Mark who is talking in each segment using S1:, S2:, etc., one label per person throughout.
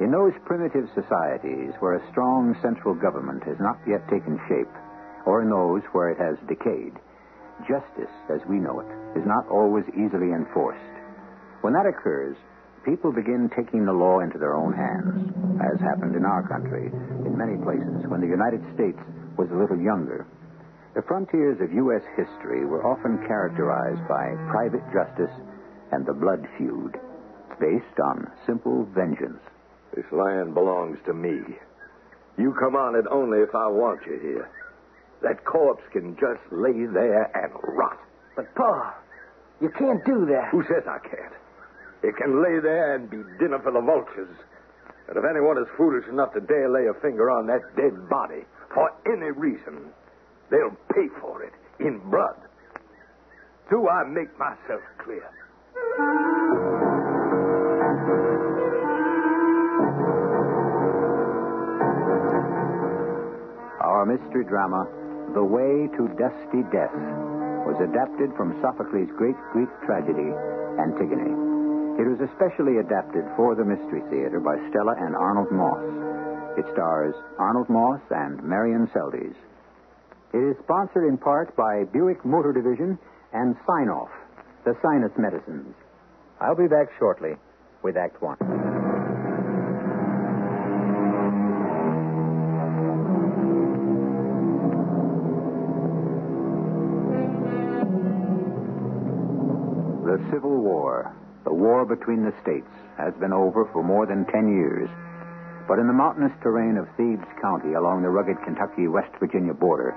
S1: In those primitive societies where a strong central government has not yet taken shape, or in those where it has decayed, justice, as we know it, is not always easily enforced. When that occurs, people begin taking the law into their own hands, as happened in our country, in many places, when the United States was a little younger. The frontiers of U.S. history were often characterized by private justice and the blood feud, based on simple vengeance.
S2: This land belongs to me. You come on it only if I want you here. That corpse can just lay there and rot.
S3: But, Pa, you can't do that.
S2: Who says I can't? It can lay there and be dinner for the vultures. And if anyone is foolish enough to dare lay a finger on that dead body for any reason, they'll pay for it in blood. Do I make myself clear?
S1: Our mystery drama, The Way to Dusty Death, was adapted from Sophocles' great Greek tragedy, Antigone. It was especially adapted for the Mystery Theater by Stella and Arnold Moss. It stars Arnold Moss and Marion Seldes. It is sponsored in part by Buick Motor Division and Sinoff, the sinus medicines. I'll be back shortly with Act One. The Civil War, the war between the states, has been over for more than ten years. But in the mountainous terrain of Thebes County along the rugged Kentucky West Virginia border,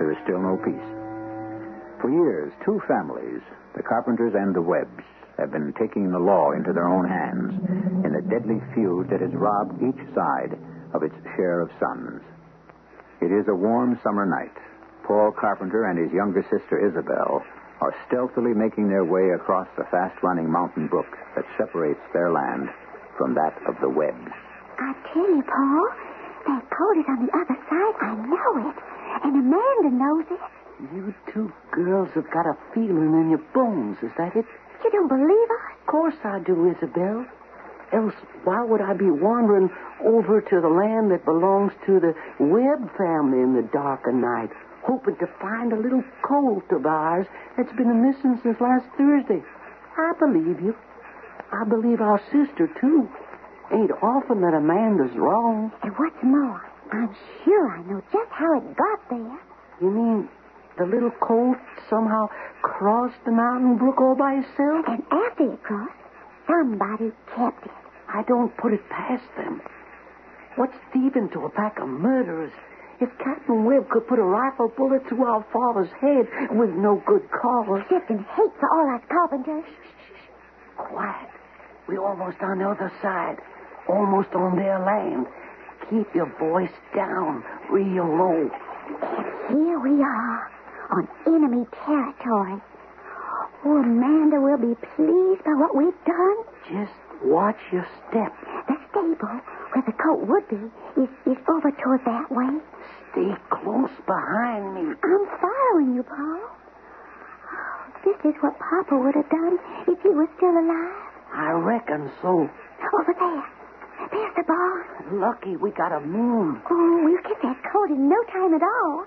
S1: there is still no peace. For years, two families, the Carpenters and the Webbs, have been taking the law into their own hands in the deadly feud that has robbed each side of its share of sons. It is a warm summer night. Paul Carpenter and his younger sister Isabel are stealthily making their way across the fast running mountain brook that separates their land from that of the Webbs.
S4: I tell you, Paul, that coat is on the other side. I know it. And Amanda knows it.
S3: You two girls have got a feeling in your bones, is that it?
S4: You don't believe us?
S3: Of course I do, Isabel. Else, why would I be wandering over to the land that belongs to the Webb family in the dark of night, hoping to find a little colt of ours that's been missing since last Thursday? I believe you. I believe our sister, too. Ain't often that Amanda's wrong.
S4: And what's more, I'm sure I know just how it got there.
S3: You mean the little colt somehow crossed the mountain brook all by itself?
S4: And after it crossed, somebody kept it.
S3: I don't put it past them. What's thieving to a pack of murderers? If Captain Webb could put a rifle bullet through our father's head with no good cause.
S4: Sifting hate for all us carpenters.
S3: Quiet. We're almost on the other side, almost on their land. Keep your voice down, real low.
S4: Here we are, on enemy territory. Oh, Amanda will be pleased by what we've done.
S3: Just watch your step.
S4: The stable, where the coat would be, is, is over toward that way.
S3: Stay close behind me.
S4: I'm following you, Paul. Oh, This is what Papa would have done if he was still alive.
S3: I reckon so.
S4: Over there. There's the barn.
S3: Lucky we got a moon.
S4: Oh, we'll get that coat in no time at all.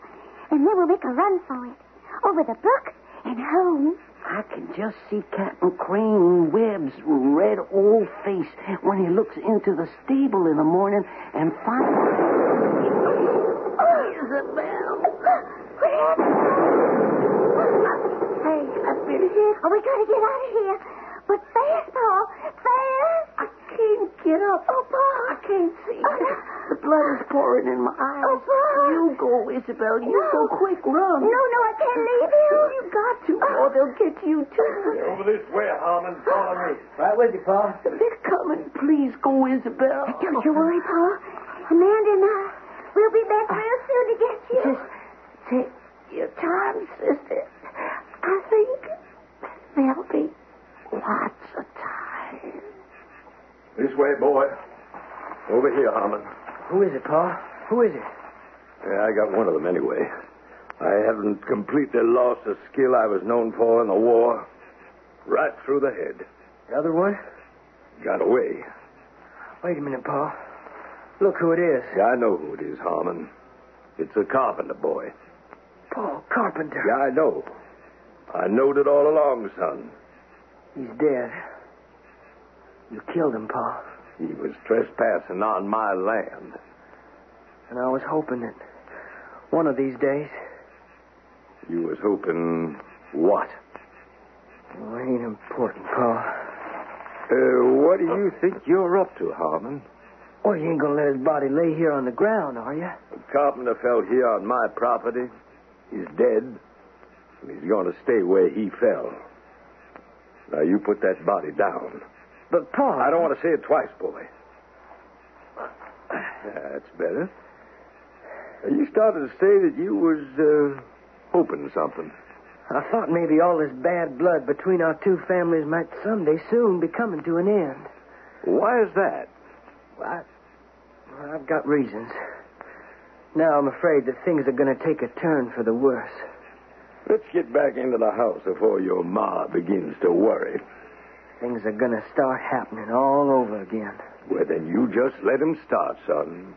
S4: And then we'll make a run for it. Over the brook and home.
S3: I can just see Captain Crane Webb's red old face when he looks into the stable in the morning and finds. Isabel!
S4: Oh, What happened?
S5: of here?
S4: Oh, we gotta get out of here. But fast, Paul. Fast.
S5: I can't get up.
S4: Oh, Paul.
S5: I can't see.
S4: Oh, no.
S5: The blood is pouring in my eyes.
S4: Oh, Paul.
S5: You go, Isabel. You
S4: No.
S5: go quick. Run.
S4: No, no, I can't leave you. Oh.
S5: You got to, or they'll get you too.
S2: Over this way, Harmon. Follow me.
S6: Right with you, Paul.
S5: They're coming. Please go, Isabel.
S4: Don't you worry, Paul. Amanda and I, we'll be back real soon to get you.
S5: Just take your time, sister. I think there'll be lots of time.
S2: This way, boy. Over here, Harmon.
S6: Who is it, Paul? Who is it?
S2: Yeah, I got one of them anyway. I haven't completely lost the skill I was known for in the war. Right through the head.
S6: The other one?
S2: Got away.
S6: Wait a minute, Paul. Look who it is.
S2: Yeah, I know who it is, Harmon. It's the carpenter boy.
S6: Paul Carpenter.
S2: Yeah, I know. I knowed it all along, son.
S6: He's dead. You killed him, Paul.
S2: He was trespassing on my land.
S6: And I was hoping that one of these days.
S2: You was hoping what?
S6: Well, it ain't important, Paul.
S2: Uh, what do you think you're up to, Harmon?
S6: Well, you ain't gonna let his body lay here on the ground, are you?
S2: The carpenter fell here on my property. He's dead. And he's going to stay where he fell. Now, you put that body down.
S6: But, Paul.
S2: I don't want to say it twice, boy. That's better. Uh, You started to say that you was uh, hoping something.
S6: I thought maybe all this bad blood between our two families might someday soon be coming to an end.
S2: Why is that?
S6: I, well, I've got reasons. Now I'm afraid that things are going to take a turn for the worse.
S2: Let's get back into the house before your ma begins to worry.
S6: Things are going to start happening all over again.
S2: Well, then you just let him start, son.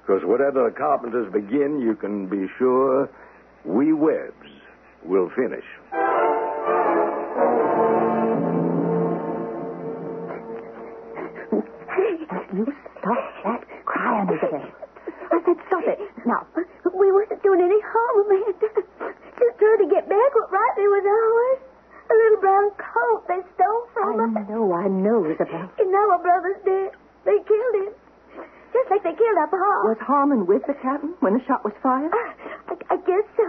S2: Because whatever the carpenters begin, you can be sure we webs will finish.
S4: You stop that crying, Isabel. I said stop it. Now. We wasn't doing any harm, Amanda. Just trying to get back what rightly was ours. A little brown coat they stole from us. I know, I know, Isabel. And now our brother's dead. They killed him. Just like they killed our pa.
S5: Was Harmon with the captain when the shot was fired?
S4: I, Ah, I- I guess so.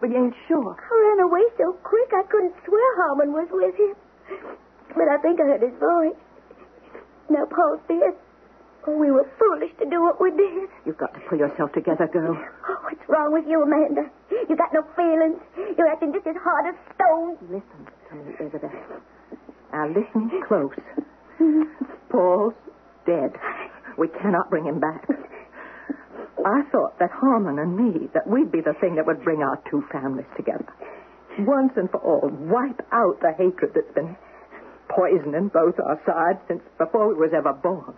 S5: But you ain't sure.
S4: I ran away so quick I couldn't swear Harmon was with him. But I think I heard his voice. Now Paul's dead. Oh, we were foolish to do what we did.
S5: You've got to pull yourself together, girl.
S4: Oh, what's wrong with you, Amanda? You got no feelings. You're acting just as hard as stone.
S5: Listen to me, Isabel. Now listen close.
S4: Mm-hmm.
S5: Paul's dead. We cannot bring him back. I thought that Harmon and me, that we'd be the thing that would bring our two families together. Once and for all, wipe out the hatred that's been poisoning both our sides since before we was ever born.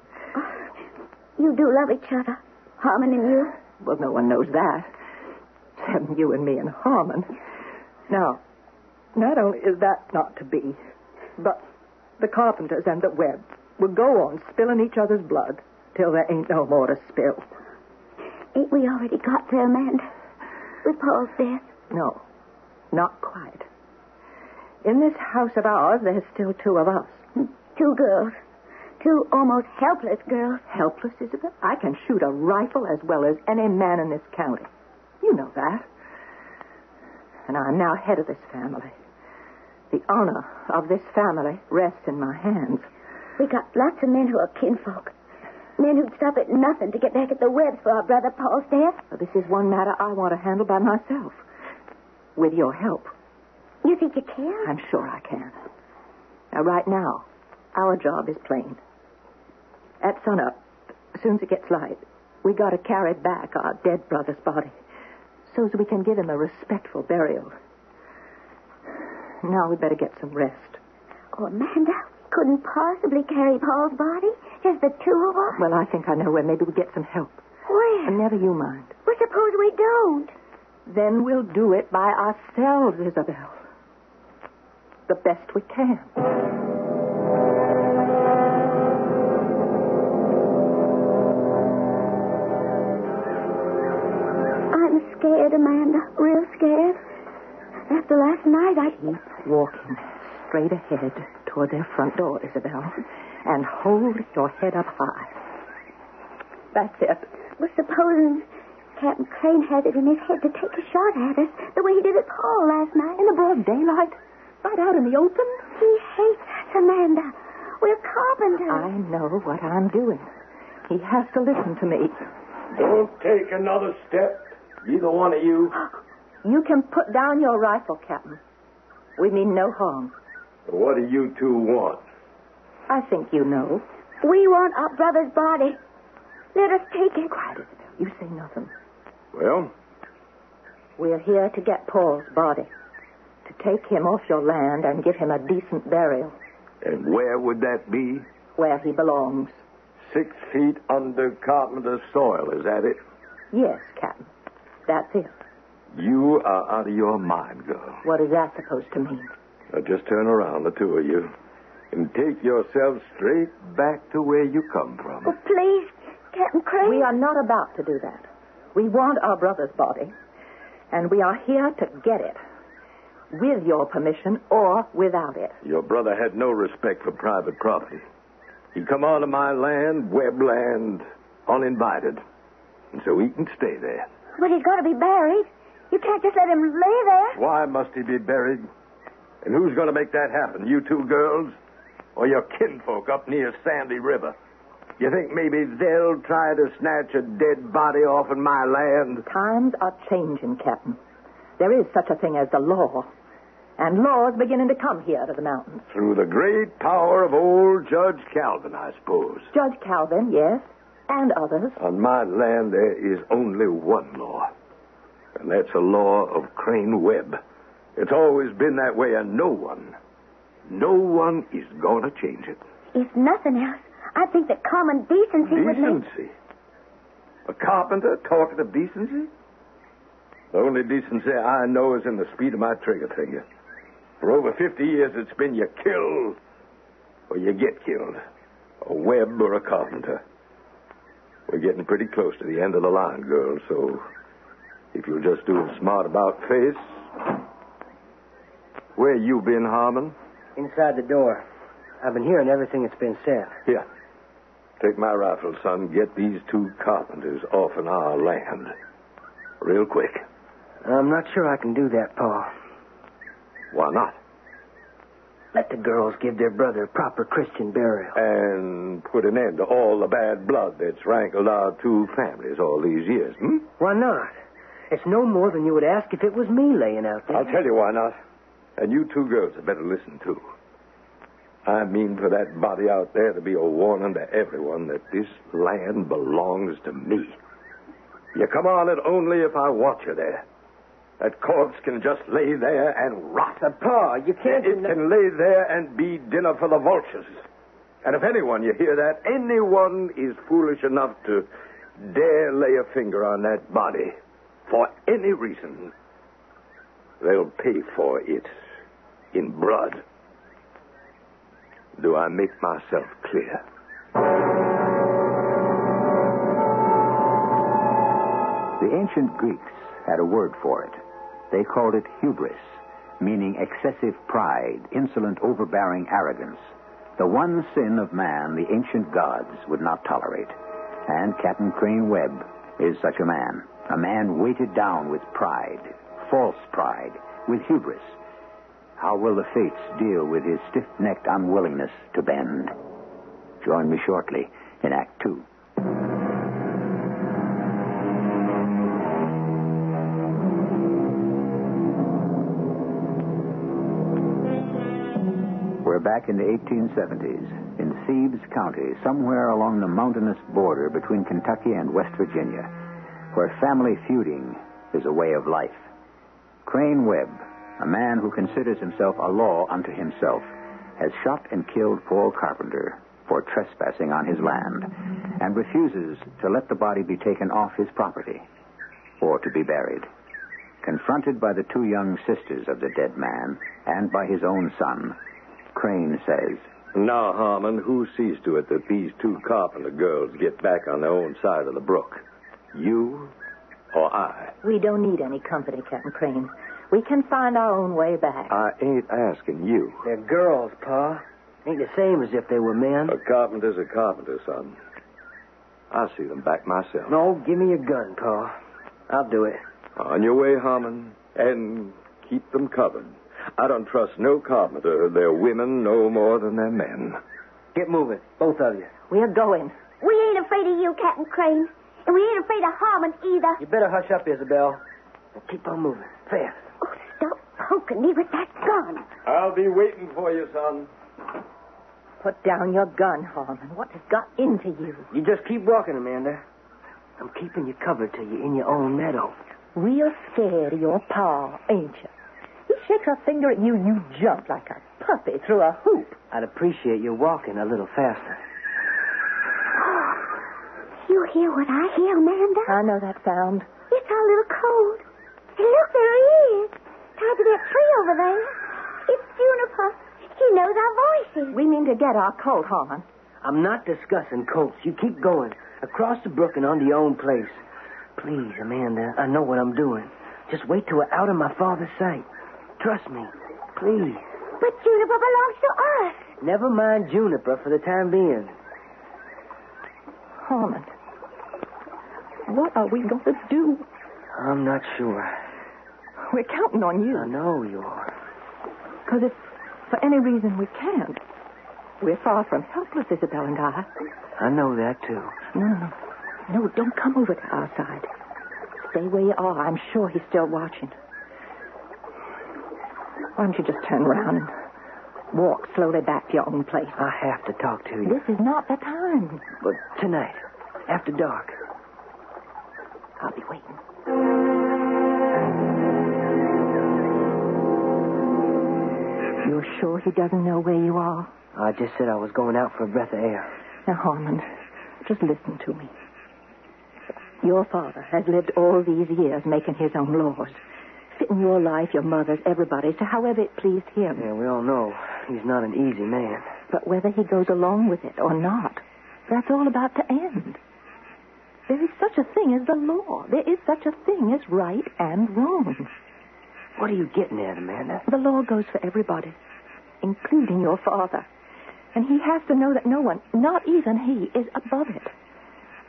S4: You do love each other, Harmon and you.
S5: Well, no one knows that. Except you and me and Harmon. Now, not only is that not to be, but the carpenters and the web will go on spilling each other's blood till there ain't no more to spill.
S4: Ain't we already got there, Amanda? With Paul's death.
S5: No, not quite. In this house of ours, there's still two of us.
S4: Two girls. Two almost helpless girls.
S5: Helpless, Isabel. I can shoot a rifle as well as any man in this county. You know that. And I'm now head of this family. The honor of this family rests in my hands.
S4: We got lots of men who are kinfolk. Men who'd stop at nothing to get back at the webs for our brother Paul's death.
S5: But this is one matter I want to handle by myself. With your help,
S4: You think you can?
S5: I'm sure I can. Now, right now, our job is plain. At sunup, soon as it gets light, we got to carry back our dead brother's body so's we can give him a respectful burial. Now we better get some rest.
S4: Oh, Amanda, we couldn't possibly carry Paul's body. Just the two of us.
S5: Well, I think I know where maybe we get some help.
S4: Where?
S5: And never you mind.
S4: Well, suppose we don't.
S5: Then we'll do it by ourselves, Isabel. The best we can.
S4: I'm scared, Amanda. Real scared. After last night, I.
S5: Keep walking straight ahead toward their front door, Isabel, and hold your head up high. That's it.
S4: Well, supposing Captain Crane has it in his head to take a shot at us the way he did at Paul last night.
S5: In the broad daylight, right out in the open.
S4: He hates us, Amanda. We're
S5: I
S4: carpenters.
S5: know what I'm doing. He has to listen to me.
S2: Don't take another step, either one of you.
S5: You can put down your rifle, Captain. We mean no harm.
S2: What do you two want?
S5: I think you know.
S4: We want our brother's body. Let us take it.
S5: Quiet, Isabel. You say nothing.
S2: Well,
S5: We're here to get Paul's body, to take him off your land and give him a decent burial
S2: and where would that be?
S5: where he belongs.
S2: Six feet under carpenter's soil, is that it?
S5: Yes, Captain. That's it.
S2: You are out of your mind, girl.
S5: What is that supposed to mean?
S2: Now just turn around, the two of you, and take yourselves straight back to where you come from.
S4: Oh, please, Captain Crane.
S5: We are not about to do that. We want our brother's body, and we are here to get it. With your permission or without it.
S2: Your brother had no respect for private property. He come onto my land, web land, uninvited. And so he can stay there.
S4: But he's got to be buried. You can't just let him lay there.
S2: Why must he be buried? And who's going to make that happen? You two girls? Or your kinfolk up near Sandy River? You think maybe they'll try to snatch a dead body off in my land?
S5: Times are changing, Captain. There is such a thing as the law, and law's beginning to come here to the mountains.
S2: Through the great power of old Judge Calvin, I suppose.
S5: Judge Calvin, yes, and others.
S2: On my land, there is only one law, and that's the law of Crane Webb. It's always been that way, and no one, no one is going to change it.
S4: If nothing else, I think that common decency would make...
S2: Decency. A carpenter talking of decency? The only decency I know is in the speed of my trigger finger. For over 50 years, it's been you kill or you get killed. A web or a carpenter. We're getting pretty close to the end of the line, girls, so if you'll just do a smart about face. Where you been, Harmon?
S6: Inside the door. I've been hearing everything that's been said.
S2: Here. Take my rifle, son. Get these two carpenters off in our land. Real quick.
S6: I'm not sure I can do that, Paul.
S2: Why not?
S6: Let the girls give their brother a proper Christian burial.
S2: And put an end to all the bad blood that's rankled our two families all these years, hmm?
S6: Why not? It's no more than you would ask if it was me laying out there.
S2: I'll tell you why not. And you two girls had better listen, too. I mean for that body out there to be a warning to everyone that this land belongs to me. You come on it only if I want you there. That corpse can just lay there and rot.
S6: Pa, you can't.
S2: It can lay there and be dinner for the vultures. And if anyone, you hear that, anyone is foolish enough to dare lay a finger on that body for any reason, they'll pay for it in blood. Do I make myself clear?
S1: The ancient Greeks had a word for it. They called it hubris, meaning excessive pride, insolent, overbearing arrogance. The one sin of man the ancient gods would not tolerate. And Captain Crane Webb is such a man. A man weighted down with pride, false pride, with hubris. How will the fates deal with his stiff necked unwillingness to bend? Join me shortly in Act Two. We're back in the 1870s in Thebes County, somewhere along the mountainous border between Kentucky and West Virginia, where family feuding is a way of life. Crane Webb, a man who considers himself a law unto himself, has shot and killed Paul Carpenter for trespassing on his land and refuses to let the body be taken off his property or to be buried. Confronted by the two young sisters of the dead man and by his own son, Crane says,
S2: Now, Harmon, who sees to it that these two carpenter girls get back on their own side of the brook? You or I?
S5: We don't need any company, Captain Crane. We can find our own way back.
S2: I ain't asking you.
S6: They're girls, Pa. Ain't the same as if they were men.
S2: A carpenter's a carpenter, son. I'll see them back myself.
S6: No, give me your gun, Pa. I'll do it.
S2: On your way, Harmon, and keep them covered. I don't trust no carpenter, their women no more than their men.
S6: Get moving, both of you.
S5: We're going.
S4: We ain't afraid of you, Captain Crane. And we ain't afraid of Harmon either.
S6: You better hush up, Isabel. And keep on moving. Fast.
S4: Oh, stop poking me with that gun.
S2: I'll be waiting for you, son.
S5: Put down your gun, Harmon. What has got into you?
S6: You just keep walking, Amanda. I'm keeping you covered till you're in your own meadow.
S5: Real scared of your pa, ain't you? He shakes a finger at you, you jump like a puppy through a hoop.
S6: I'd appreciate you walking a little faster.
S4: You hear what I hear, Amanda?
S5: I know that sound.
S4: It's our little cold. And look, there he is. Tied to that tree over there. It's Juniper. He knows our voices.
S5: We mean to get our colt, Harmon.
S6: I'm not discussing colts. You keep going. Across the brook and onto your own place. Please, Amanda, I know what I'm doing. Just wait till we're out of my father's sight. Trust me. Please.
S4: But Juniper belongs to us.
S6: Never mind Juniper for the time being.
S5: Harmon, what are we going to do?
S6: I'm not sure.
S5: We're counting on
S6: I
S5: you.
S6: know you are.
S5: Because if for any reason we can't, we're far from helpless, Isabel and I.
S6: I know that, too.
S5: No, no, no. No, don't come over to our side. Stay where you are. I'm sure he's still watching. Why don't you just turn around and walk slowly back to your own place?
S6: I have to talk to you.
S5: This is not the time.
S6: But tonight, after dark.
S5: I'll be waiting. You're sure he doesn't know where you are?
S6: I just said I was going out for a breath of air.
S5: Now, Harmon, just listen to me. Your father has lived all these years making his own laws, fitting your life, your mother's, everybody's, to however it pleased him.
S6: Yeah, we all know he's not an easy man.
S5: But whether he goes along with it or not, that's all about to end. There is such a thing as the law. There is such a thing as right and wrong.
S6: What are you getting at, Amanda?
S5: The law goes for everybody, including your father. And he has to know that no one, not even he, is above it.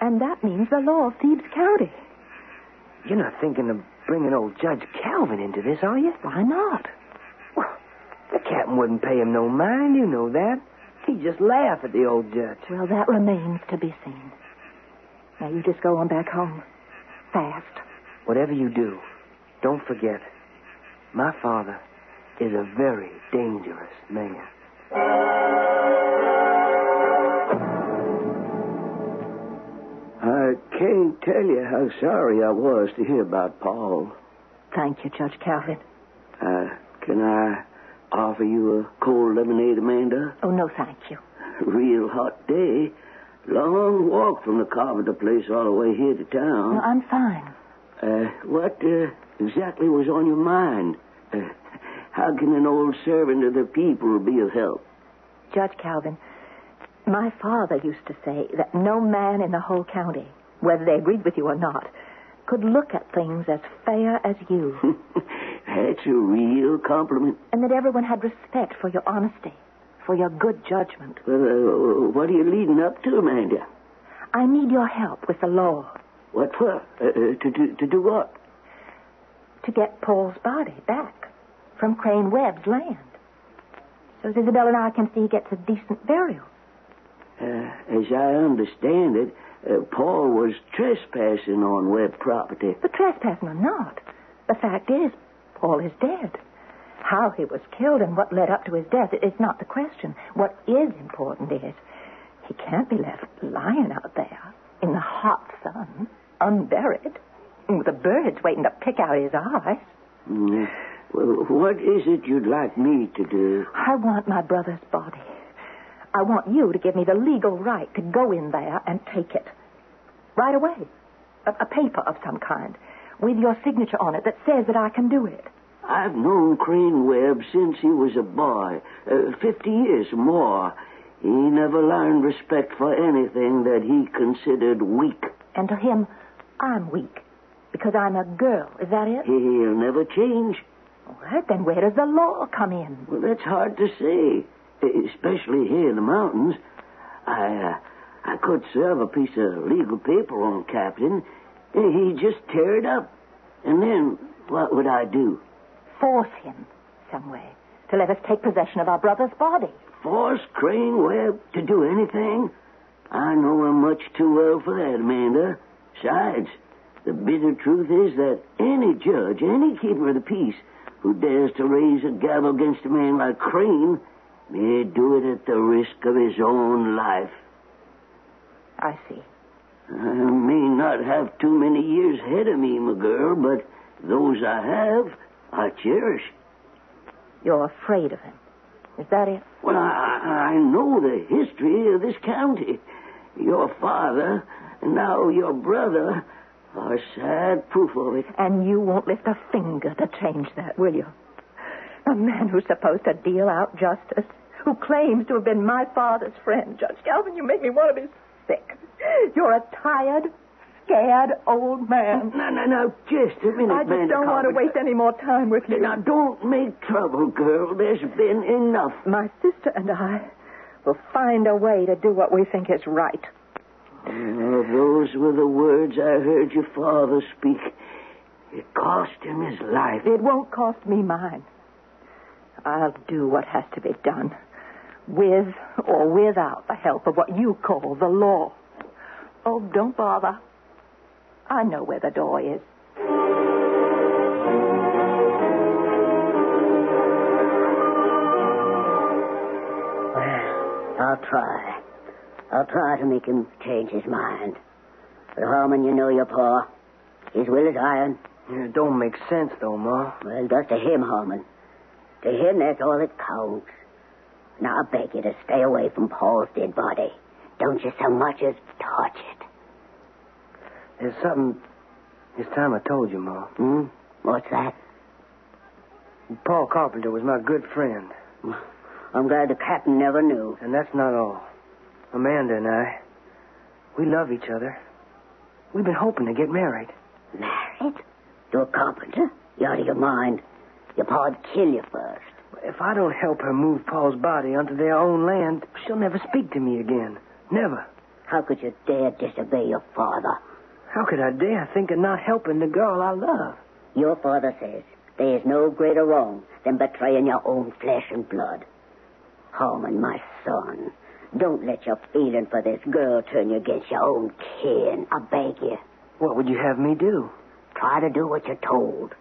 S5: And that means the law of Thebes County.
S6: You're not thinking of bringing old Judge Calvin into this, are you?
S5: Why not?
S6: Well, the captain wouldn't pay him no mind. You know that. He'd just laugh at the old judge.
S5: Well, that remains to be seen. Now you just go on back home. Fast.
S6: Whatever you do, don't forget, my father is a very dangerous man. I can't tell you how sorry I was to hear about Paul.
S5: Thank you, Judge Calvin.
S6: Uh, can I offer you a cold lemonade, Amanda?
S5: Oh, no, thank you.
S6: Real hot day. Long walk from the carpenter place all the way here to town.
S5: No, I'm fine.
S6: Uh, what uh, exactly was on your mind? Uh, how can an old servant of the people be of help?
S5: Judge Calvin, my father used to say that no man in the whole county, whether they agreed with you or not, could look at things as fair as you,
S6: That's a real compliment.
S5: and that everyone had respect for your honesty, for your good judgment.
S6: Well, uh, what are you leading up to, Amanda?
S5: I need your help with the law
S6: What for? Uh, uh, to, do, to do what?
S5: to get Paul's body back from Crane Webb's land. So as Isabel and I can see he gets a decent burial.
S6: Uh, as I understand it, uh, Paul was trespassing on web property.
S5: But trespassing or not, the fact is, Paul is dead. How he was killed and what led up to his death is not the question. What is important is he can't be left lying out there in the hot sun, unburied, with the birds waiting to pick out his eyes.
S6: Mm, well, what is it you'd like me to do?
S5: I want my brother's body. I want you to give me the legal right to go in there and take it. Right away. A, a paper of some kind with your signature on it that says that I can do it.
S6: I've known Crane Webb since he was a boy, uh, 50 years or more. He never learned respect for anything that he considered weak.
S5: And to him, I'm weak because I'm a girl. Is that it?
S6: He'll never change.
S5: right, then where does the law come in?
S3: Well, that's hard to say, especially here in the mountains. I, uh, I could serve a piece of legal paper on Captain. He'd just tear it up. And then what would I do?
S5: Force him, some way, to let us take possession of our brother's body.
S3: Force Crane Webb to do anything? I know him much too well for that, Amanda. Besides, the bitter truth is that any judge, any keeper of the peace, who dares to raise a gavel against a man like Crane may do it at the risk of his own life.
S5: I see.
S3: I may not have too many years ahead of me, my girl, but those I have, I cherish.
S5: You're afraid of him. Is that it?
S3: Well, I, I know the history of this county. Your father, and now your brother, are sad proof of it.
S5: And you won't lift a finger to change that, will you? A man who's supposed to deal out justice, who claims to have been my father's friend. Judge Calvin, you make me want to be sick. You're a tired, scared old man.
S3: No, no, no, just a minute,
S5: I just don't want to waste any more time with you.
S3: Now, don't make trouble, girl. There's been enough.
S5: My sister and I will find a way to do what we think is right.
S3: Oh, those were the words I heard your father speak. It cost him his life.
S5: It won't cost me mine. I'll do what has to be done, with or without the help of what you call the law. Oh, don't bother. I know where the door is.
S7: I'll try. I'll try to make him change his mind. But Harmon, you know your pa. His will is iron.
S6: It don't make sense, though, Ma.
S7: Well, that's to him, Harmon. To him, that's all that counts. Now I beg you to stay away from Paul's dead body. Don't you so much as touch it.
S6: There's something. This time I told you, Ma.
S7: Hmm? What's that?
S6: Paul Carpenter was my good friend,
S7: I'm glad the captain never knew.
S6: and that's not all. Amanda and I, we love each other. We've been hoping to get married.
S7: Married? To a carpenter? You're out of your mind. Your pa'd kill you first.
S6: If I don't help her move Paul's body onto their own land, she'll never speak to me again. Never.
S7: How could you dare disobey your father?
S6: How could I dare think of not helping the girl I love?
S7: Your father says there is no greater wrong than betraying your own flesh and blood. Harmon, my son, don't let your feeling for this girl turn you against your own kin. I beg you,
S6: What would you have me do?
S7: try to do what you're told.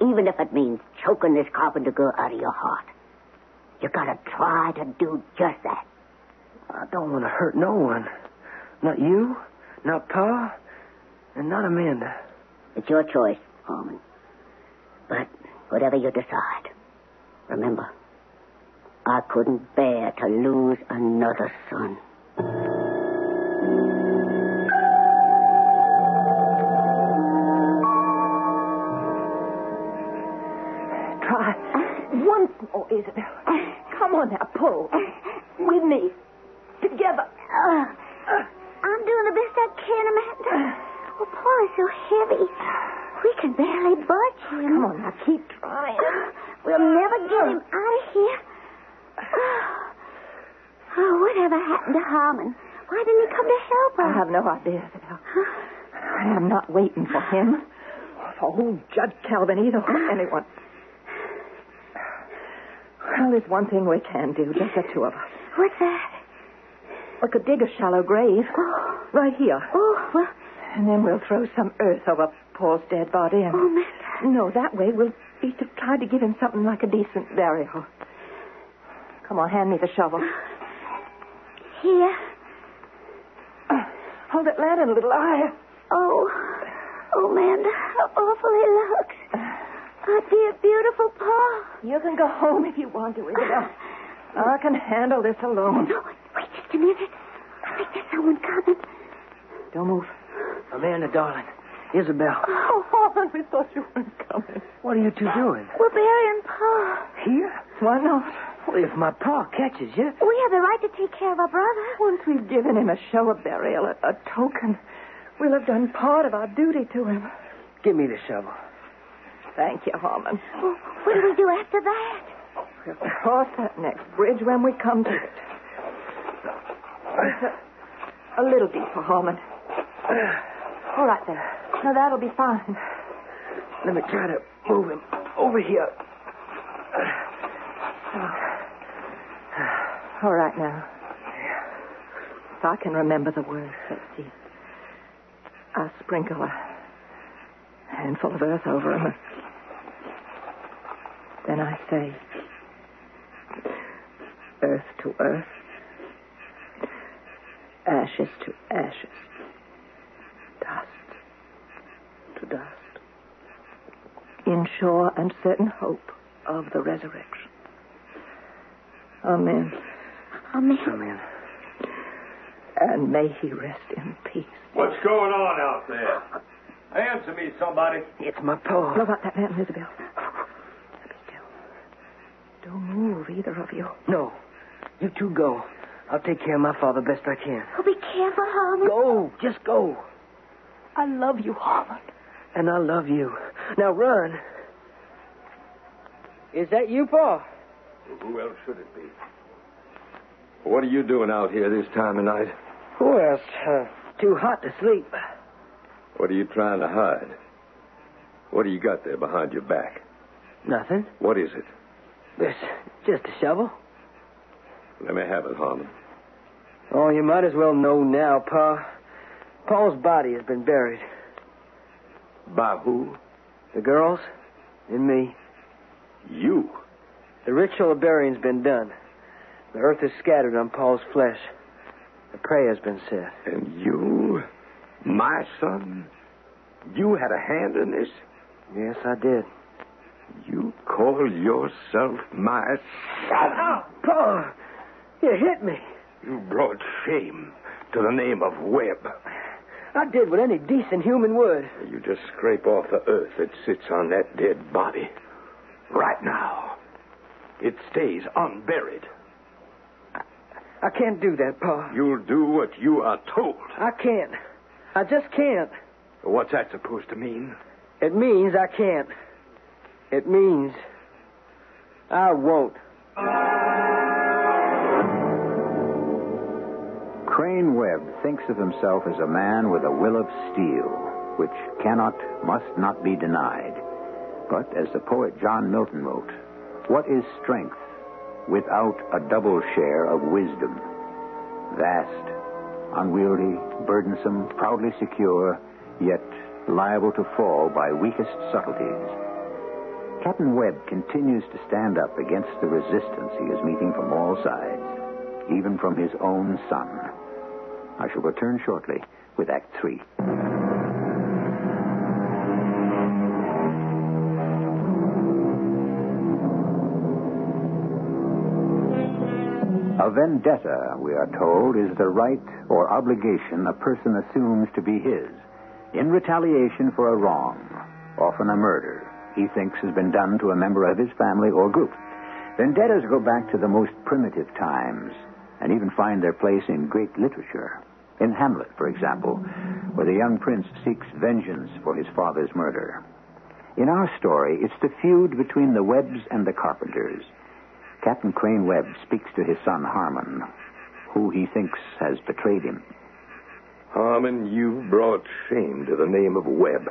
S7: Even if it means choking this carpenter girl out of your heart. You gotta try to do just that.
S6: I don't want to hurt no one. Not you, not Pa, and not Amanda.
S7: It's your choice, Harmon. But whatever you decide, remember, I couldn't bear to lose another son.
S5: Try. Once more, Isabel. Come on now, pull. With me. Together.
S4: Uh, I'm doing the best I can, Amanda.
S5: Uh.
S4: Oh, Paul is so heavy. We can barely budge him. Uh,
S5: Come on now, keep trying. Uh.
S4: We'll never get him out of here. Oh, whatever happened to Harmon? Why didn't he come to help
S5: I
S4: us?
S5: have no idea, Isabel. I am not waiting for him. Or for old Judge Calvin either, or anyone. Well, there's one thing we can do, just the two of us.
S4: What's that?
S5: We could dig a shallow grave. Right here.
S4: Oh, well,
S5: And then we'll throw some earth over Paul's dead body and.
S4: oh, man.
S5: No, that way we'll be to try to give him something like a decent burial. Come on, hand me the shovel.
S4: Here.
S5: Hold that lantern a little higher.
S4: Oh, oh, Amanda, how awful he looks. Oh, dear, beautiful Paul.
S5: You can go home if you want to, Isabel. I can handle this alone.
S4: No, wait, wait just a minute. I think there's someone coming.
S5: Don't move.
S6: Amanda, darling, Isabel,
S5: Oh, Holland, we thought you weren't coming.
S6: what are you two doing?
S4: We're burying Paul.
S6: Here?
S5: Why not?
S6: Well, if my Pa catches you,
S4: We have the right to take care of our brother.
S5: Once we've given him a show of burial, a, a token, we'll have done part of our duty to him.
S6: give me the shovel.
S5: Thank you, Harmon.
S4: Well, what do we do after that?
S5: We'll cross that next bridge when we come to it. It's A, a little deeper, Harmon. All right, then. No, that'll be fine.
S6: Let me try to move him over here.
S5: All right now. If I can remember the words, let's see. I sprinkle a handful of earth over him. Then I say, earth to earth, ashes to ashes, dust to dust. Ensure and certain hope of the resurrection. Amen.
S4: Amen.
S5: And may he rest in peace.
S2: What's going on out there? Answer me, somebody.
S6: It's my paw.
S5: Blow out that lamp, Isabel. Be still. Don't move, either of you.
S6: No. You two go. I'll take care of my father best I can.
S4: Oh, be careful, Harmon.
S6: Go. Just go.
S5: I love you, Harmon.
S6: And I love you. Now run. Is that you, Pa?
S2: Who else should it be? What are you doing out here this time of night?
S6: Who else? Uh, too hot to sleep.
S2: What are you trying to hide? What do you got there behind your back?
S6: Nothing.
S2: What is it?
S6: This just a shovel.
S2: Let me have it, Harmon.
S6: Oh, you might as well know now, Pa. Paul's body has been buried.
S2: By who?
S6: The girls and me.
S2: You.
S6: The ritual of burying's been done. The earth is scattered on Paul's flesh. The prayer's been said.
S2: And you? My son? You had a hand in this?
S6: Yes, I did.
S2: You call yourself my son?
S6: Paul, you hit me.
S2: You brought shame to the name of Webb.
S6: I did what any decent human would.
S2: You just scrape off the earth that sits on that dead body. Right now. It stays unburied.
S6: I can't do that, Pa.
S2: You'll do what you are told.
S6: I can't. I just can't.
S2: What's that supposed to mean?
S6: It means I can't. It means I won't.
S1: Crane Webb thinks of himself as a man with a will of steel, which cannot, must not be denied. But as the poet John Milton wrote, what is strength without a double share of wisdom? Vast, unwieldy, burdensome, proudly secure, yet liable to fall by weakest subtleties. Captain Webb continues to stand up against the resistance he is meeting from all sides, even from his own son. I shall return shortly with Act Three. A vendetta, we are told, is the right or obligation a person assumes to be his in retaliation for a wrong, often a murder, he thinks has been done to a member of his family or group. Vendettas go back to the most primitive times and even find their place in great literature. In Hamlet, for example, where the young prince seeks vengeance for his father's murder. In our story, it's the feud between the Webbs and the Carpenters. Captain Crane Webb speaks to his son Harmon, who he thinks has betrayed him.
S2: Harmon, you've brought shame to the name of Webb.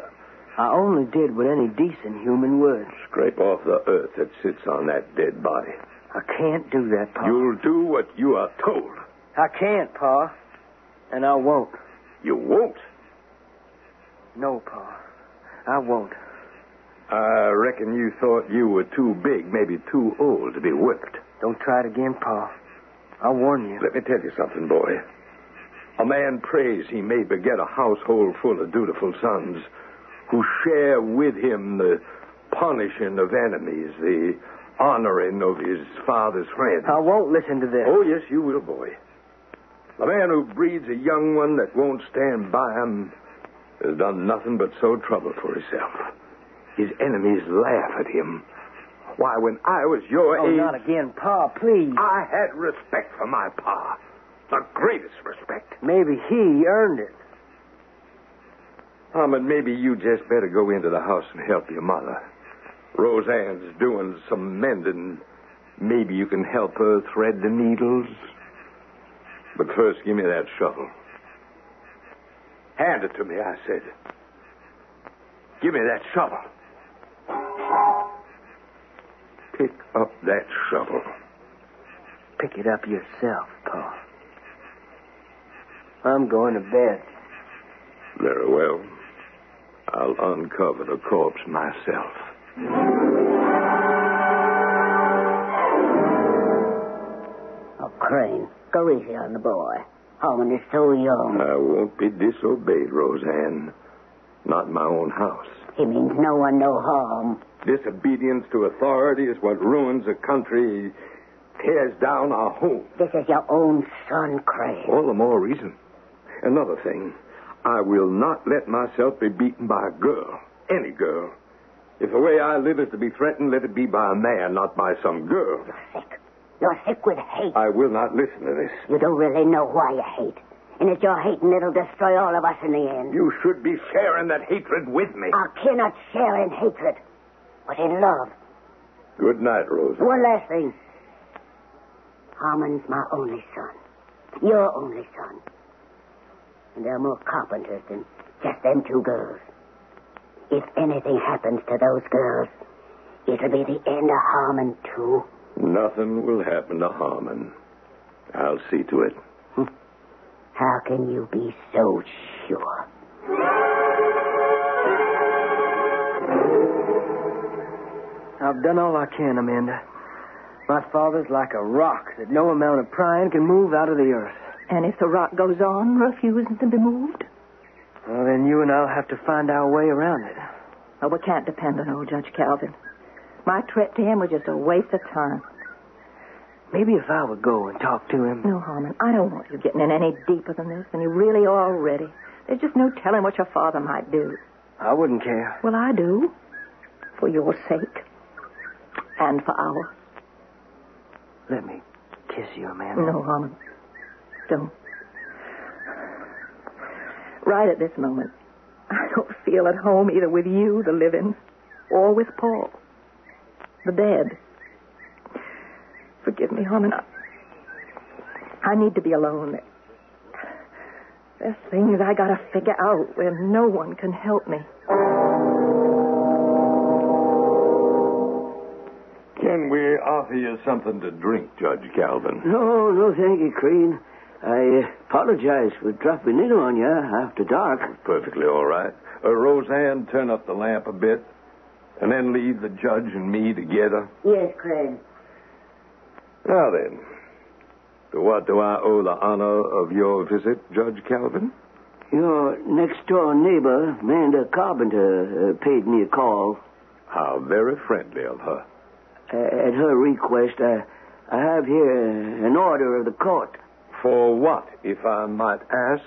S6: I only did what any decent human would.
S2: Scrape off the earth that sits on that dead body.
S6: I can't do that, Pa.
S2: You'll do what you are told.
S6: I can't, Pa. And I won't.
S2: You won't.
S6: No, Pa. I won't.
S2: I reckon you thought you were too big, maybe too old to be whipped.
S6: Don't try it again, Pa. I warn you.
S2: Let me tell you something, boy. A man prays he may beget a household full of dutiful sons who share with him the punishing of enemies, the honoring of his father's friends.
S6: I won't listen to this.
S2: Oh, yes, you will, boy. A man who breeds a young one that won't stand by him has done nothing but sow trouble for himself. His enemies laugh at him. Why, when I was your
S6: Oh,
S2: age,
S6: not again, Pa, please.
S2: I had respect for my pa. The greatest respect.
S6: Maybe he earned it.
S2: Oh, Harmon, maybe you just better go into the house and help your mother. Roseanne's doing some mending. Maybe you can help her thread the needles. But first, give me that shovel. Hand it to me, I said. Give me that shovel. Pick up that shovel.
S6: Pick it up yourself, Paul. I'm going to bed.
S2: Very well. I'll uncover the corpse myself.
S7: Oh, Crane, go easy on the boy. Harmon is so young.
S2: I won't be disobeyed, Roseanne. Not in my own house.
S7: He means no one no harm.
S2: Disobedience to authority is what ruins a country, tears down our home.
S7: This is your own son, Crane.
S2: All the more reason. Another thing, I will not let myself be beaten by a girl, any girl. If the way I live is to be threatened, let it be by a man, not by some girl.
S7: Sick. You're sick with hate.
S2: I will not listen to this.
S7: You don't really know why you hate. And it's your hating that'll destroy all of us in the end.
S2: You should be sharing that hatred with me.
S7: I cannot share in hatred, but in love.
S2: Good night, Rose.
S7: One last thing. Harmon's my only son. Your only son. And there are more carpenters than just them two girls. If anything happens to those girls, it'll be the end of Harmon, too.
S2: Nothing will happen to Harmon. I'll see to it.
S7: How can you be so sure?
S6: I've done all I can, Amanda. My father's like a rock that no amount of prying can move out of the earth.
S5: And if the rock goes on refusing to be moved?
S6: Well, then you and I'll have to find our way around it.
S5: Oh, we can't depend on old Judge Calvin. My trip to him was just a waste of time.
S6: Maybe if I would go and talk to him.
S5: No, Harmon, I don't want you getting in any deeper than this, and you really are already. There's just no telling what your father might do.
S6: I wouldn't care.
S5: Well, I do. For your sake. And for ours.
S6: Let me kiss you, Amanda.
S5: No, Harmon. Don't. Right at this moment, I don't feel at home either with you, the living, or with Paul, the dead. Forgive me, Harmon. I, I need to be alone. There's things I gotta figure out where no one can help me.
S2: Can we offer you something to drink, Judge Calvin?
S6: No, no, thank you, Crane. I apologize for dropping in on you after dark.
S2: Perfectly all right. Uh, Roseanne, turn up the lamp a bit, and then leave the judge and me together.
S7: Yes, Crane.
S2: Now then, to what do I owe the honor of your visit, Judge Calvin?
S6: Your next door neighbor, Amanda Carpenter, uh, paid me a call.
S2: How very friendly of her.
S6: Uh, at her request, I, I have here an order of the court.
S2: For what, if I might ask?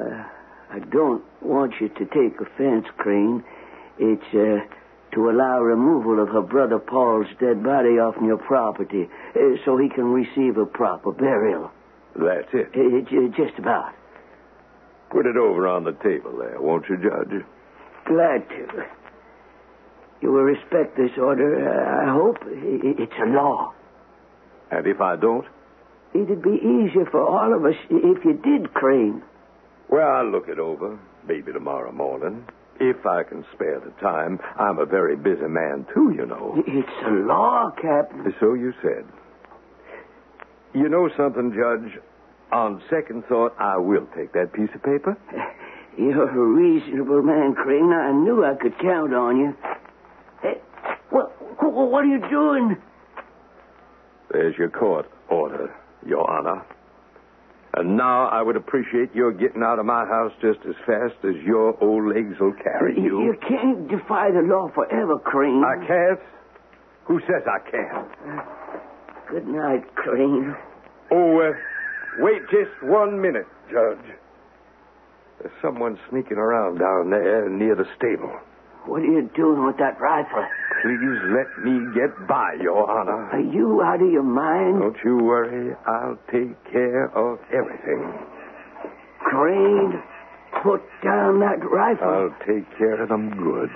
S6: Uh, I don't want you to take offense, Crane. It's uh, to allow removal of her brother Paul's dead body off your property uh, so he can receive a proper burial.
S2: That's it.
S6: Uh, j- just about.
S2: Put it over on the table there, won't you, Judge?
S6: Glad to. You will respect this order, uh, I hope. I- I- It's a law.
S2: And if I don't?
S6: It'd be easier for all of us i- if you did, Crane.
S2: Well, I'll look it over, maybe tomorrow morning. If I can spare the time, I'm a very busy man, too, you know.
S6: I- It's a law, Captain.
S2: So you said. You know something, Judge? On second thought, I will take that piece of paper.
S6: You're a reasonable man, Crane. I knew I could count on you. Hey, what, what are you doing?
S2: There's your court order, Your Honor. And now I would appreciate your getting out of my house just as fast as your old legs will carry you.
S6: You can't defy the law forever, Crane.
S2: I can't. Who says I can't?
S6: Good night, Crane.
S2: Oh, uh, wait just one minute, Judge. There's someone sneaking around down there near the stable.
S6: What are you doing with that rifle?
S2: Please let me get by, Your Honor.
S6: Are you out of your mind?
S2: Don't you worry. I'll take care of everything.
S6: Crane, put down that rifle.
S2: I'll take care of them good.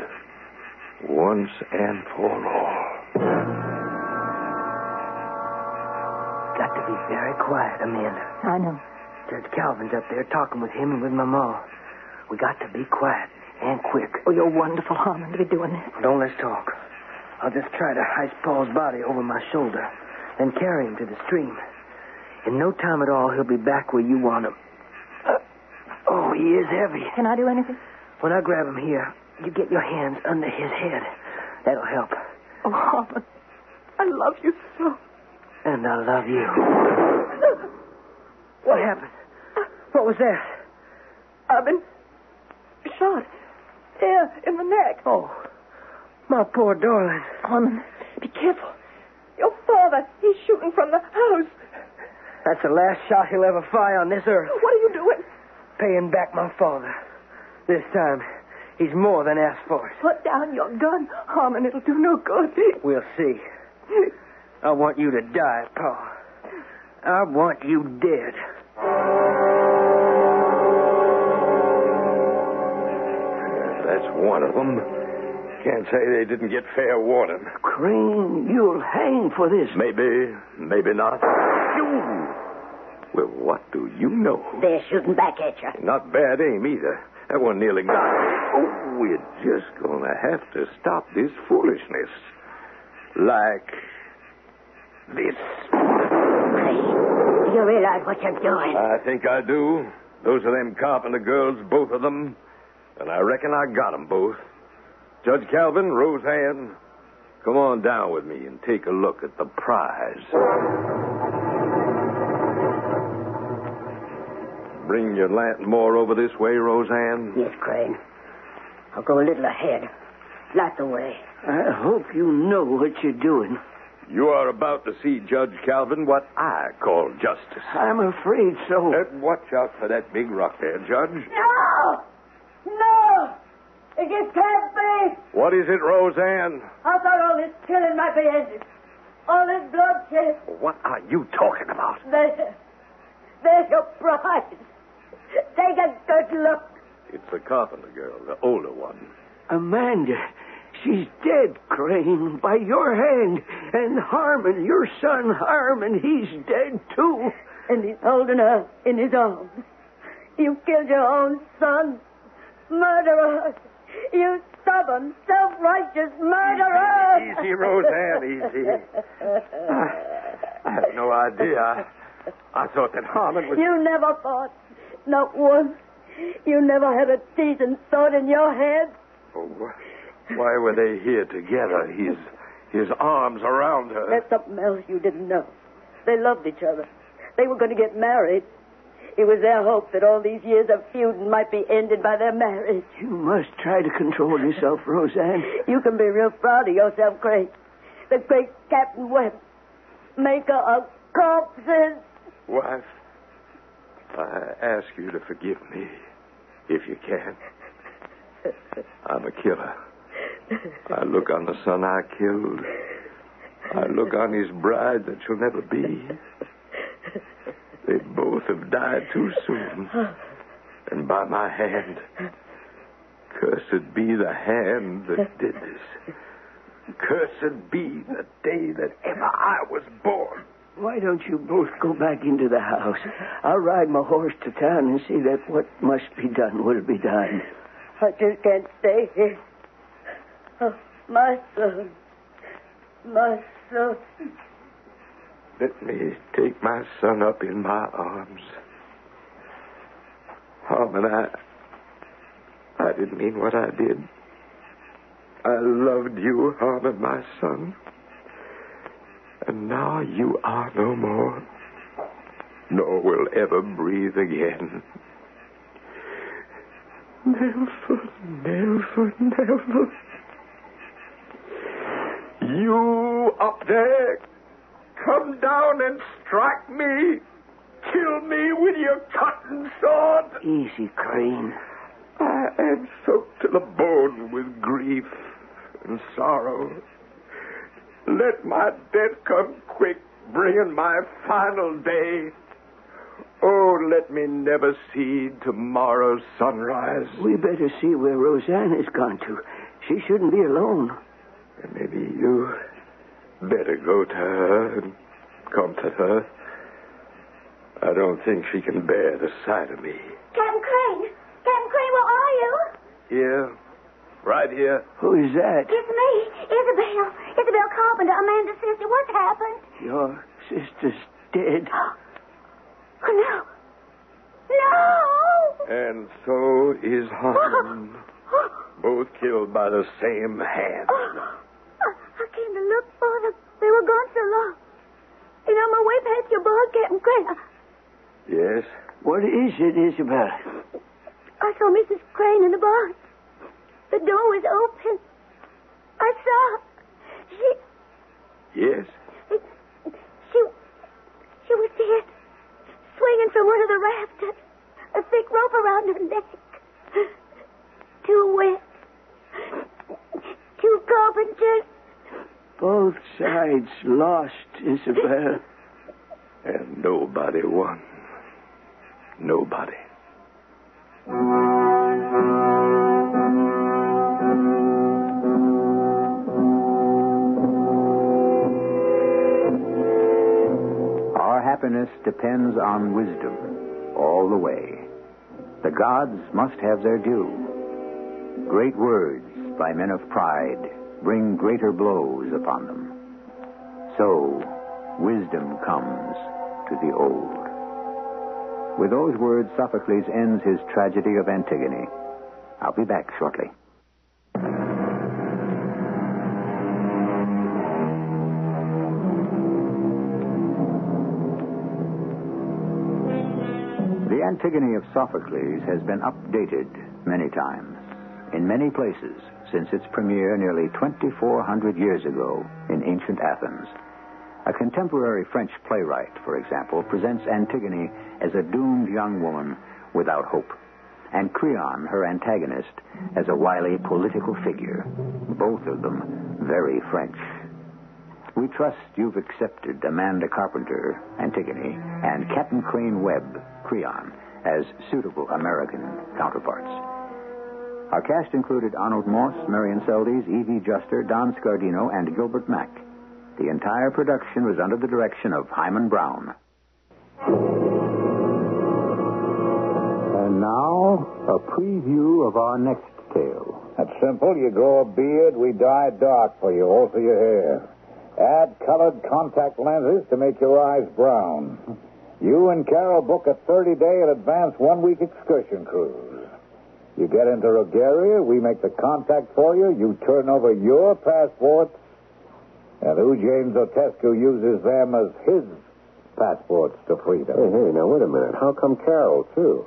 S2: once and for all.
S6: Got to be very quiet, Amanda.
S5: I know.
S6: Judge Calvin's up there talking with him and with my ma. We got to be quiet and quick. Oh, you're
S5: Wonderful, Harmon, to be doing this.
S6: Don't let's talk. I'll just try to heist Paul's body over my shoulder, then carry him to the stream. In no time at all, he'll be back where you want him. Uh, oh, he is heavy.
S5: Can I do anything?
S6: When I grab him here, you get your hands under his head. That'll help.
S5: Oh, Harmon, I love you so.
S6: And I love you. What happened? What was that?
S5: I've been shot here in the neck.
S6: Oh, my poor darling.
S5: Harmon, be careful. Your father, he's shooting from the house.
S6: That's the last shot he'll ever fire on this earth.
S5: What are you doing?
S6: Paying back my father. This time, he's more than asked for it.
S5: Put down your gun, Harmon. It'll do no good.
S6: We'll see. I want you to die, Paul. I want you dead.
S2: That's one of them. Can't say they didn't get fair warning.
S6: Crane, you'll hang for this.
S2: Maybe, maybe not. You! Well, what do you know?
S7: They're shooting back at you.
S2: Not bad aim either. That one nearly got me. Oh, we're just gonna have to stop this foolishness. Like this.
S7: Crane, do you realize what you're doing?
S2: I think I do. Those are them carpenter girls, both of them. And I reckon I got 'em both. Judge Calvin, Roseanne, come on down with me and take a look at the prize. Bring your Lantmore over this way, Roseanne.
S7: Yes, Crane. I'll go a little ahead. Light the way.
S6: I hope you know what you're doing.
S2: You are about to see Judge Calvin what I call justice.
S6: I'm afraid so.
S2: Uh, watch out for that big rock there, Judge.
S8: No! No! It just can't be!
S2: What is it, Roseanne?
S8: I thought all this killing might be ended. All this bloodshed.
S2: What are you talking about?
S8: There's, there's your prize. Take a good look.
S2: It's the carpenter girl, the older one.
S6: Amanda, she's dead, Crane, by your hand. And Harmon, your son Harmon, he's dead too.
S8: And he's holding her in his arms. You killed your own son. Murderer. You stubborn, self-righteous murderer.
S2: Easy, Roseanne, easy. I had no idea. I, I thought that Harmon was.
S8: You never thought. Not once. You never had a decent thought in your head.
S2: Oh, wh- why were they here together? His his arms around her.
S8: That's something else you didn't know. They loved each other. They were going to get married. It was their hope that all these years of feud might be ended by their marriage.
S6: You must try to control yourself, Roseanne.
S8: You can be real proud of yourself, Craig. The great Captain Webb, maker of corpses.
S2: Wife, I ask you to forgive me, if you can. I'm a killer. I look on the son I killed. I look on his bride that shall never be. They both have died too soon, and by my hand. Cursed be the hand that did this. Cursed be the day that ever I was born.
S6: Why don't you both go back into the house? I'll ride my horse to town and see that what must be done will be done.
S8: I just can't stay here. Oh, my son. My son.
S2: Let me take my son up in my arms. Harmon, I. I didn't mean what I did. I loved you, Harmon, my son. And now you are no more, nor will ever breathe again. Never, never, never. You up there, come down and strike me. Kill me with your cotton sword.
S6: Easy, Crane.
S2: I am soaked to the bone with grief and sorrow. Let my death come quick, bringing my final day. Oh, let me never see tomorrow's sunrise.
S6: We better see where Roseanne has gone to. She shouldn't be alone.
S2: And maybe you better go to her and comfort her. I don't think she can bear the sight of me.
S4: Captain Crane! Captain Crane, where are you?
S2: Here, right here.
S6: Who is that?
S4: It's me, Isabel. Isabel Carpenter, Amanda's sister. What's happened?
S6: Your sister's dead.
S4: Oh, no. No!
S2: And so is Harmon, both killed by the same hand.
S6: Oh.
S4: I, Oh, I came to look for them. They were gone so long. And on my way past your bar, Captain Crane, I,
S2: Yes,
S6: What is it, Isabel?
S4: I saw Mrs. Crane in the barn. The door was open. I saw. She.
S2: yes.
S4: She. She was dead. Swinging from one of the rafters. A thick rope around her neck. Two whips. Two carpenters.
S6: Both sides lost, Isabel.
S2: And nobody won. Nobody.
S1: Our happiness depends on wisdom all the way. The gods must have their due. Great words by men of pride bring greater blows upon them. So, wisdom comes to the old. With those words, Sophocles ends his tragedy of Antigone. I'll be back shortly. The Antigone of Sophocles has been updated many times, in many places, since its premiere nearly 2,400 years ago in ancient Athens. A contemporary French playwright, for example, presents Antigone as a doomed young woman without hope, and Creon, her antagonist, as a wily political figure, both of them very French. We trust you've accepted Amanda Carpenter, Antigone, and Captain Crane Webb, Creon, as suitable American counterparts. Our cast included Arnold Moss, Marion Seldes, Evie Juster, Don Scardino, and Gilbert Mack. The entire production was under the direction of Hyman Brown. And now, a preview of our next tale. That's simple. You grow a beard, we dye it dark for you, alter your hair. Add colored contact lenses to make your eyes brown. You and Carol book a 30 day in advance one week excursion cruise. You get into Rogaria, we make the contact for you, you turn over your passports, and Eugene Zotescu uses them as his passports to freedom. Hey, hey, now wait a minute. How come Carol, too?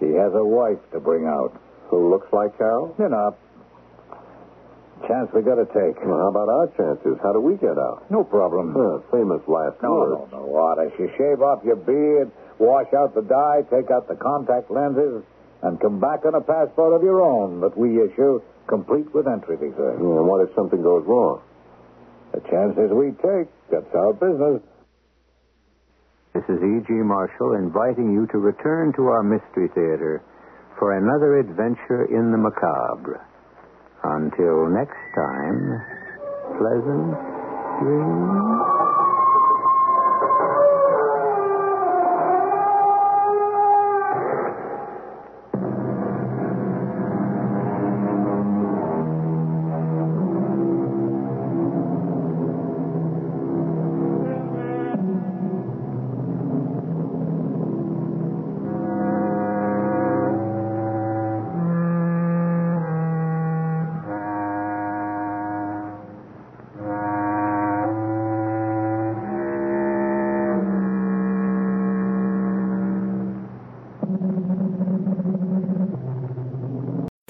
S1: He has a wife to bring out. Who looks like Carol? You know. Chance we gotta take. Well, how about our chances? How do we get out? No problem. famous last no,
S9: words.
S1: No, no, Otis. You shave off your beard, wash out the dye, take out the contact lenses, and come back on a passport of your own that we issue, complete with entry visa.
S9: Yeah, and what if something goes wrong?
S1: The chances we take, that's our business. This is E.G. Marshall inviting you to return to our Mystery Theater for another adventure in the macabre. Until next time, pleasant dreams.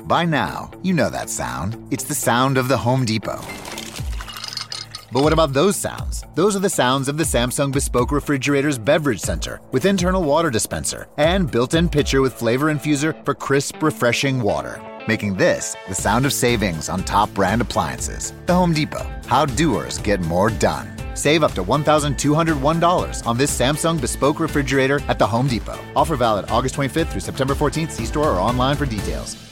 S10: By now, you know that sound. It's the sound of the Home Depot. But what about those sounds? Those are the sounds of the Samsung Bespoke Refrigerator's Beverage Center with internal water dispenser and built in pitcher with flavor infuser for crisp, refreshing water, making this the sound of savings on top brand appliances. The Home Depot. How doers get more done. Save up to $1,201 on this Samsung Bespoke Refrigerator at the Home Depot. Offer valid August 25th through September 14th. See store or online for details.